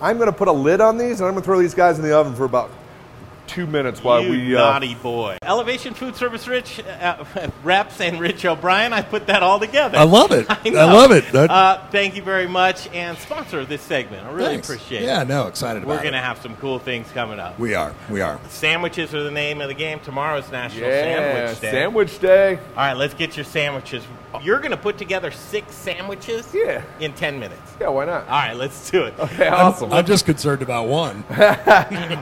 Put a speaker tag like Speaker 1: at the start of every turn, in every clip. Speaker 1: I'm going to put a lid on these, and I'm going to throw these guys in the oven for about two minutes while
Speaker 2: you
Speaker 3: uh,
Speaker 1: we. uh,
Speaker 2: naughty boy. Elevation Food Service Rich uh, reps and Rich O'Brien. I put that all together.
Speaker 3: I love it. I
Speaker 2: know.
Speaker 3: love it. That-
Speaker 2: Uh, thank you very much, and sponsor of this segment. I really
Speaker 3: Thanks.
Speaker 2: appreciate
Speaker 3: Yeah,
Speaker 2: it.
Speaker 3: no, excited
Speaker 2: We're
Speaker 3: about
Speaker 2: gonna
Speaker 3: it.
Speaker 2: have some cool things coming up.
Speaker 3: We are. We are.
Speaker 2: Sandwiches are the name of the game. Tomorrow's National
Speaker 1: yeah,
Speaker 2: Sandwich Day.
Speaker 1: sandwich day.
Speaker 2: All right, let's get your sandwiches. You're going to put together six sandwiches
Speaker 1: Yeah.
Speaker 2: in 10 minutes.
Speaker 1: Yeah, why not?
Speaker 2: All right, let's do it.
Speaker 3: Uh-huh.
Speaker 1: Okay, awesome.
Speaker 3: I'm just concerned about one.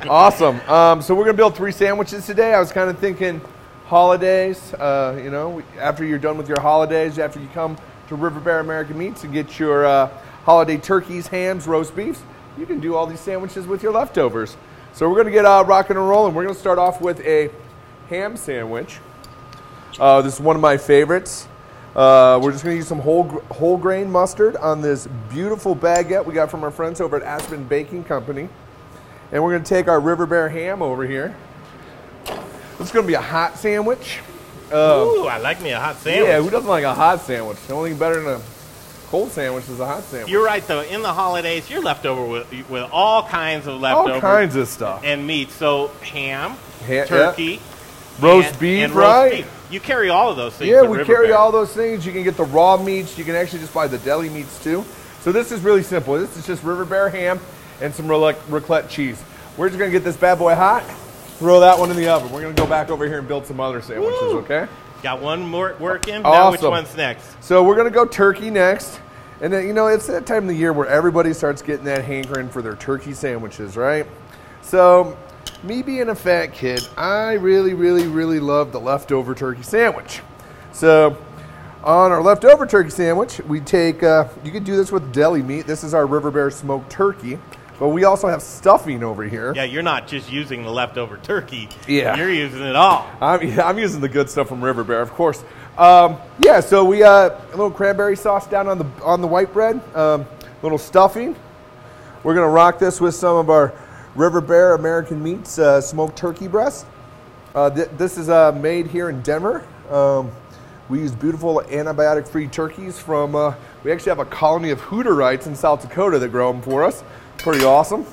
Speaker 1: Awesome. Um, so we're gonna build three sandwiches today. I was kind of thinking holidays. Uh, you know, after you're done with your holidays, after you come to River Bear American Meats and get your uh, holiday turkeys, hams, roast beefs, you can do all these sandwiches with your leftovers. So we're gonna get uh, rocking and rolling. We're gonna start off with a ham sandwich. Uh, this is one of my favorites. Uh, we're just going to use some whole, gr- whole grain mustard on this beautiful baguette we got from our friends over at Aspen Baking Company. And we're going to take our River Bear ham over here. It's going to be a hot sandwich.
Speaker 2: Ooh, I like me a hot sandwich.
Speaker 1: Yeah, who doesn't like a hot sandwich? The only thing better than a cold sandwich is a hot sandwich.
Speaker 2: You're right, though. In the holidays, you're left over with, with all kinds of
Speaker 1: All
Speaker 2: leftovers
Speaker 1: kinds of stuff.
Speaker 2: and meat. So ham,
Speaker 1: Ha-
Speaker 2: turkey,
Speaker 1: Roast
Speaker 2: and-
Speaker 1: beef,
Speaker 2: and roast
Speaker 1: right?
Speaker 2: beef. You carry all of those things.
Speaker 1: Yeah,
Speaker 2: at
Speaker 1: we
Speaker 2: River
Speaker 1: carry
Speaker 2: Bear.
Speaker 1: all those things. You can get the raw meats. You can actually just buy the deli meats too. So this is really simple. This is just River Bear ham and some raclette, raclette cheese. We're just gonna get this bad boy hot. Throw that one in the oven. We're gonna go back over here and build some other sandwiches.
Speaker 2: Woo!
Speaker 1: Okay.
Speaker 2: Got one more working. Now, which
Speaker 1: Awesome.
Speaker 2: one's next?
Speaker 1: So we're gonna go turkey next, and then you know it's that time of the year where everybody starts getting that hankering for their turkey sandwiches, right? So, me being a fat kid, I really, really, really love the leftover turkey sandwich. So, on our leftover turkey sandwich, we take uh, you could do this with deli meat. This is our River Bear smoked turkey, but we also have stuffing over here.
Speaker 2: Yeah, you're not just using the leftover turkey.
Speaker 1: Yeah.
Speaker 2: You're using it all.
Speaker 1: I'm, yeah, I'm using the good stuff from River Bear, of course. Um, yeah, so we uh, a little cranberry sauce down on the on the white bread, um, little stuffing. We're gonna rock this with some of our River Bear American Meats uh, smoked turkey breast. Uh, th- this is uh, made here in Denver. Um, we use beautiful antibiotic-free turkeys from. Uh, we actually have a colony of Hooterites in South Dakota that grow them for us. Pretty awesome.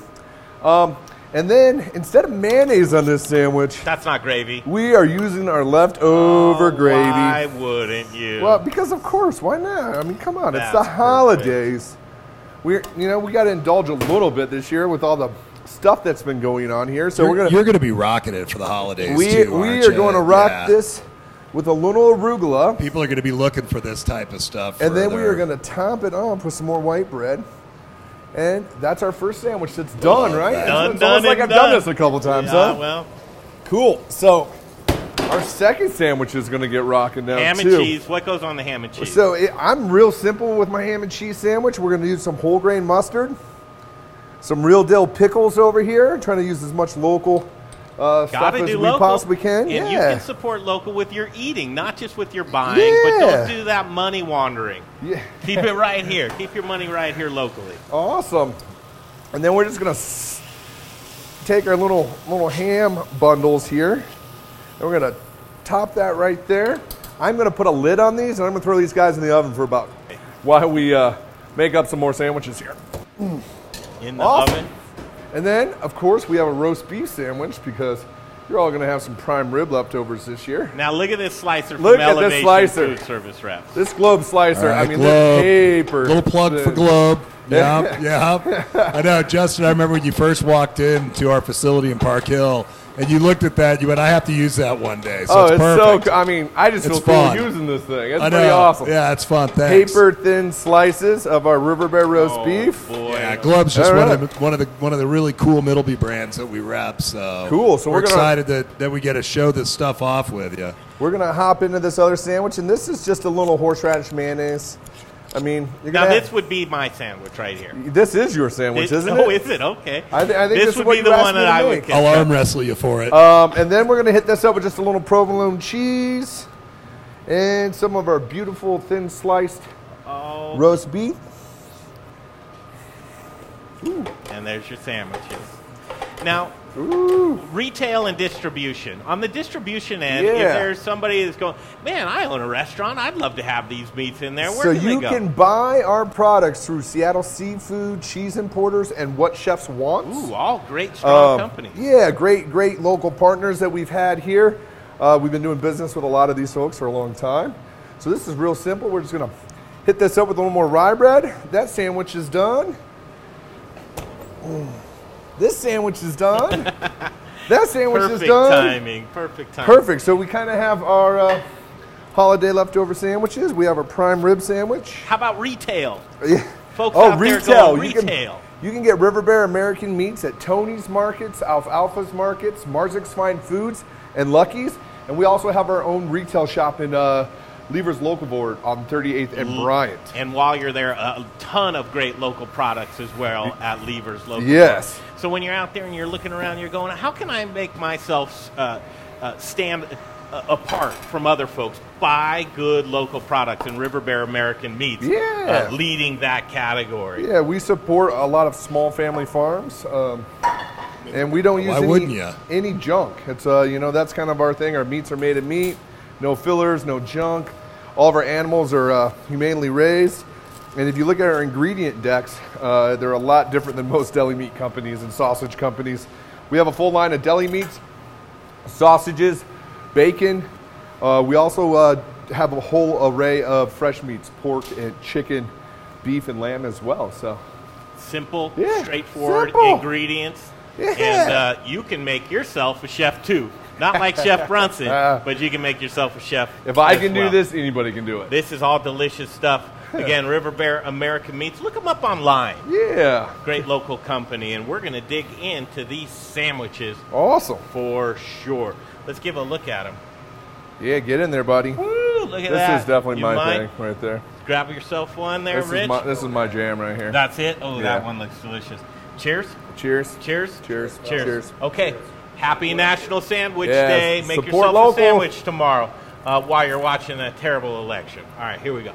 Speaker 1: Um, and then instead of mayonnaise on this sandwich,
Speaker 2: That's not gravy.
Speaker 1: we are using our leftover gravy.
Speaker 2: Oh, Why wouldn't you?
Speaker 1: Well, because of course, why not? I mean, come on, it's the
Speaker 2: That's perfect.
Speaker 1: holidays. We're, you know, we got to indulge a little bit this year with all the stuff that's been going on here. So we're
Speaker 3: You're,
Speaker 1: gonna
Speaker 3: you're gonna be rocking it for the holidays
Speaker 1: we
Speaker 3: too.
Speaker 1: we
Speaker 3: aren't
Speaker 1: are
Speaker 3: ya?
Speaker 1: going to rock
Speaker 3: Yeah.
Speaker 1: this with a little arugula,
Speaker 3: People are gonna be looking for this type of stuff.
Speaker 1: and then we
Speaker 3: further.
Speaker 1: are going to top it up with some more white bread. And that's our first sandwich that's done,
Speaker 3: Oh,
Speaker 1: right?
Speaker 3: that.
Speaker 1: It's-
Speaker 2: Done,
Speaker 1: it's almost
Speaker 2: done,
Speaker 1: like
Speaker 2: and
Speaker 1: I've done
Speaker 2: done.
Speaker 1: this a couple times,
Speaker 2: Yeah,
Speaker 1: huh?
Speaker 2: well,
Speaker 1: Cool. So our second sandwich is going to get rocking now
Speaker 2: ham
Speaker 1: too.
Speaker 2: and cheese. What goes on the ham and cheese?
Speaker 1: So it, I'm real simple with my ham and cheese sandwich. We're going to use some whole grain mustard, some real deal pickles over here. Trying to use as much local uh, stuff
Speaker 2: Gotta
Speaker 1: as
Speaker 2: do
Speaker 1: we
Speaker 2: local.
Speaker 1: possibly can.
Speaker 2: And
Speaker 1: yeah.
Speaker 2: you can support local with your eating, not just with your buying. But
Speaker 1: Yeah.
Speaker 2: don't do that money wandering.
Speaker 1: Yeah.
Speaker 2: Keep it right here. Keep your money right here locally.
Speaker 1: Awesome. And then we're just gonna s- take our little little ham bundles here, and we're gonna top that right there. I'm gonna put a lid on these, and I'm gonna throw these guys in the oven for about while we uh, make up some more sandwiches here.
Speaker 2: In the
Speaker 1: Awesome.
Speaker 2: oven.
Speaker 1: And then, of course, we have a roast beef sandwich because you're all gonna have some prime rib leftovers this year.
Speaker 2: Now look at this slicer
Speaker 1: Look
Speaker 2: from
Speaker 1: at this
Speaker 2: Elevation
Speaker 1: slicer.
Speaker 2: Food Service Reps.
Speaker 1: This globe slicer,
Speaker 3: All right,
Speaker 1: I mean,
Speaker 3: Globe.
Speaker 1: this paper.
Speaker 3: uh, Little plug for
Speaker 1: thin.
Speaker 3: Globe. Yep, yep. I know, Justin. I remember when you first walked in to our facility in Park Hill, and you looked at that. You went, "I have to use that one day." So
Speaker 1: Oh,
Speaker 3: it's,
Speaker 1: it's, so.
Speaker 3: perfect.
Speaker 1: co- I mean, I just
Speaker 3: It's
Speaker 1: feel cool
Speaker 3: fun.
Speaker 1: using this thing. It's
Speaker 3: I know.
Speaker 1: pretty awesome.
Speaker 3: Yeah, it's fun. Thanks.
Speaker 1: paper thin slices of our River Bear roast
Speaker 2: Oh,
Speaker 1: beef.
Speaker 2: boy.
Speaker 3: Yeah, Glove's just
Speaker 1: All
Speaker 3: one,
Speaker 1: right.
Speaker 3: of the, one of the one of the really cool Middleby brands that we rep. So
Speaker 1: Cool, so we're gonna-
Speaker 3: excited that, that we get to show this stuff off with you.
Speaker 1: We're gonna hop into this other sandwich, and this is just a little horseradish mayonnaise. I mean, you're
Speaker 2: Now
Speaker 1: gonna
Speaker 2: this would be my sandwich right here.
Speaker 1: have- this is your sandwich,
Speaker 2: This-
Speaker 1: isn't
Speaker 2: oh,
Speaker 1: it?
Speaker 2: is it? Okay.
Speaker 1: I thi- I think this is
Speaker 2: would
Speaker 1: what
Speaker 2: be
Speaker 1: you
Speaker 2: the
Speaker 1: asked
Speaker 2: one
Speaker 1: me
Speaker 2: that
Speaker 1: to
Speaker 2: I
Speaker 1: make. Oh,
Speaker 2: would get.
Speaker 3: I'll arm wrestle you for it.
Speaker 1: Um, and then we're gonna hit this up with just a little provolone cheese and some of our beautiful thin sliced
Speaker 2: Oh,
Speaker 1: roast beef.
Speaker 2: and there's your sandwiches. Now, Retail and distribution. On the distribution end, if
Speaker 1: Yeah.
Speaker 2: there's somebody that's going, man, I own a restaurant. I'd love to have these meats in there. Where
Speaker 1: so
Speaker 2: do they
Speaker 1: you
Speaker 2: go?
Speaker 1: can buy our products through Seattle Seafood, Cheese Importers, and What Chefs Want.
Speaker 2: Ooh, all great, strong
Speaker 1: Um,
Speaker 2: companies.
Speaker 1: Yeah, great, great local partners that we've had here. Uh, we've been doing business with a lot of these folks for a long time. So this is real simple. We're just gonna hit this up with a little more rye bread. That sandwich is done. Mm. This sandwich is done. that sandwich
Speaker 2: Perfect
Speaker 1: is done.
Speaker 2: timing. Perfect timing.
Speaker 1: Perfect. So we kind of have our uh, holiday leftover sandwiches. We have our prime rib sandwich.
Speaker 2: How about retail?
Speaker 1: Yeah.
Speaker 2: Folks
Speaker 1: oh,
Speaker 2: out there
Speaker 1: retail.
Speaker 2: going
Speaker 1: you can,
Speaker 2: retail.
Speaker 1: you can get River Bear American Meats at Tony's Markets, Alfalfa's Markets, Marzik's Fine Foods, and Lucky's. And we also have our own retail shop in uh, Lever's Locavore on 38th and
Speaker 2: Mm.
Speaker 1: Bryant.
Speaker 2: And while you're there, a ton of great local products as well at Levers Local.
Speaker 1: Yes.
Speaker 2: So when you're out there and you're looking around, you're going, how can I make myself uh, uh, stand uh, apart from other folks? Buy good local products, and River Bear American Meats
Speaker 1: Yeah.
Speaker 2: uh, leading that category.
Speaker 1: Yeah, we support a lot of small family farms. Um, and we don't use
Speaker 3: Why
Speaker 1: any,
Speaker 3: wouldn't ya?
Speaker 1: any junk. It's uh, you know that's kind of our thing. Our meats are made of meat, no fillers, no junk. All of our animals are uh, humanely raised, and if you look at our ingredient decks, uh, they're a lot different than most deli meat companies and sausage companies. We have a full line of deli meats, sausages, bacon. Uh, we also uh, have a whole array of fresh meats: pork and chicken, beef and lamb as well. So.
Speaker 2: Simple,
Speaker 1: Yeah,
Speaker 2: straightforward
Speaker 1: simple.
Speaker 2: ingredients.
Speaker 1: Yeah.
Speaker 2: And uh, you can make yourself a chef too. Not like Chef Brunson,
Speaker 1: Uh,
Speaker 2: but you can make yourself a chef.
Speaker 1: If I
Speaker 2: as
Speaker 1: can do
Speaker 2: well.
Speaker 1: this, anybody can do it.
Speaker 2: This is all delicious stuff. Again, River Bear American Meats. Look them up online.
Speaker 1: Yeah.
Speaker 2: Great local company, and we're going to dig into these sandwiches
Speaker 1: Awesome.
Speaker 2: for sure. Let's give a look at them.
Speaker 1: Yeah, get in there, buddy.
Speaker 2: Woo, look
Speaker 1: This
Speaker 2: at that.
Speaker 1: is definitely
Speaker 2: You
Speaker 1: my
Speaker 2: mind?
Speaker 1: thing right there.
Speaker 2: Grab yourself one there,
Speaker 1: This
Speaker 2: Rich.
Speaker 1: is my this is my jam right here.
Speaker 2: That's it. Oh,
Speaker 1: Yeah.
Speaker 2: that one looks delicious. Cheers.
Speaker 1: Cheers.
Speaker 2: Cheers.
Speaker 1: Cheers.
Speaker 2: Cheers.
Speaker 1: Cheers.
Speaker 2: Okay. Happy National Sandwich
Speaker 1: Yes.
Speaker 2: Day. Make
Speaker 1: Support
Speaker 2: yourself
Speaker 1: local.
Speaker 2: a sandwich tomorrow uh, while you're watching that terrible election. All right, here we go.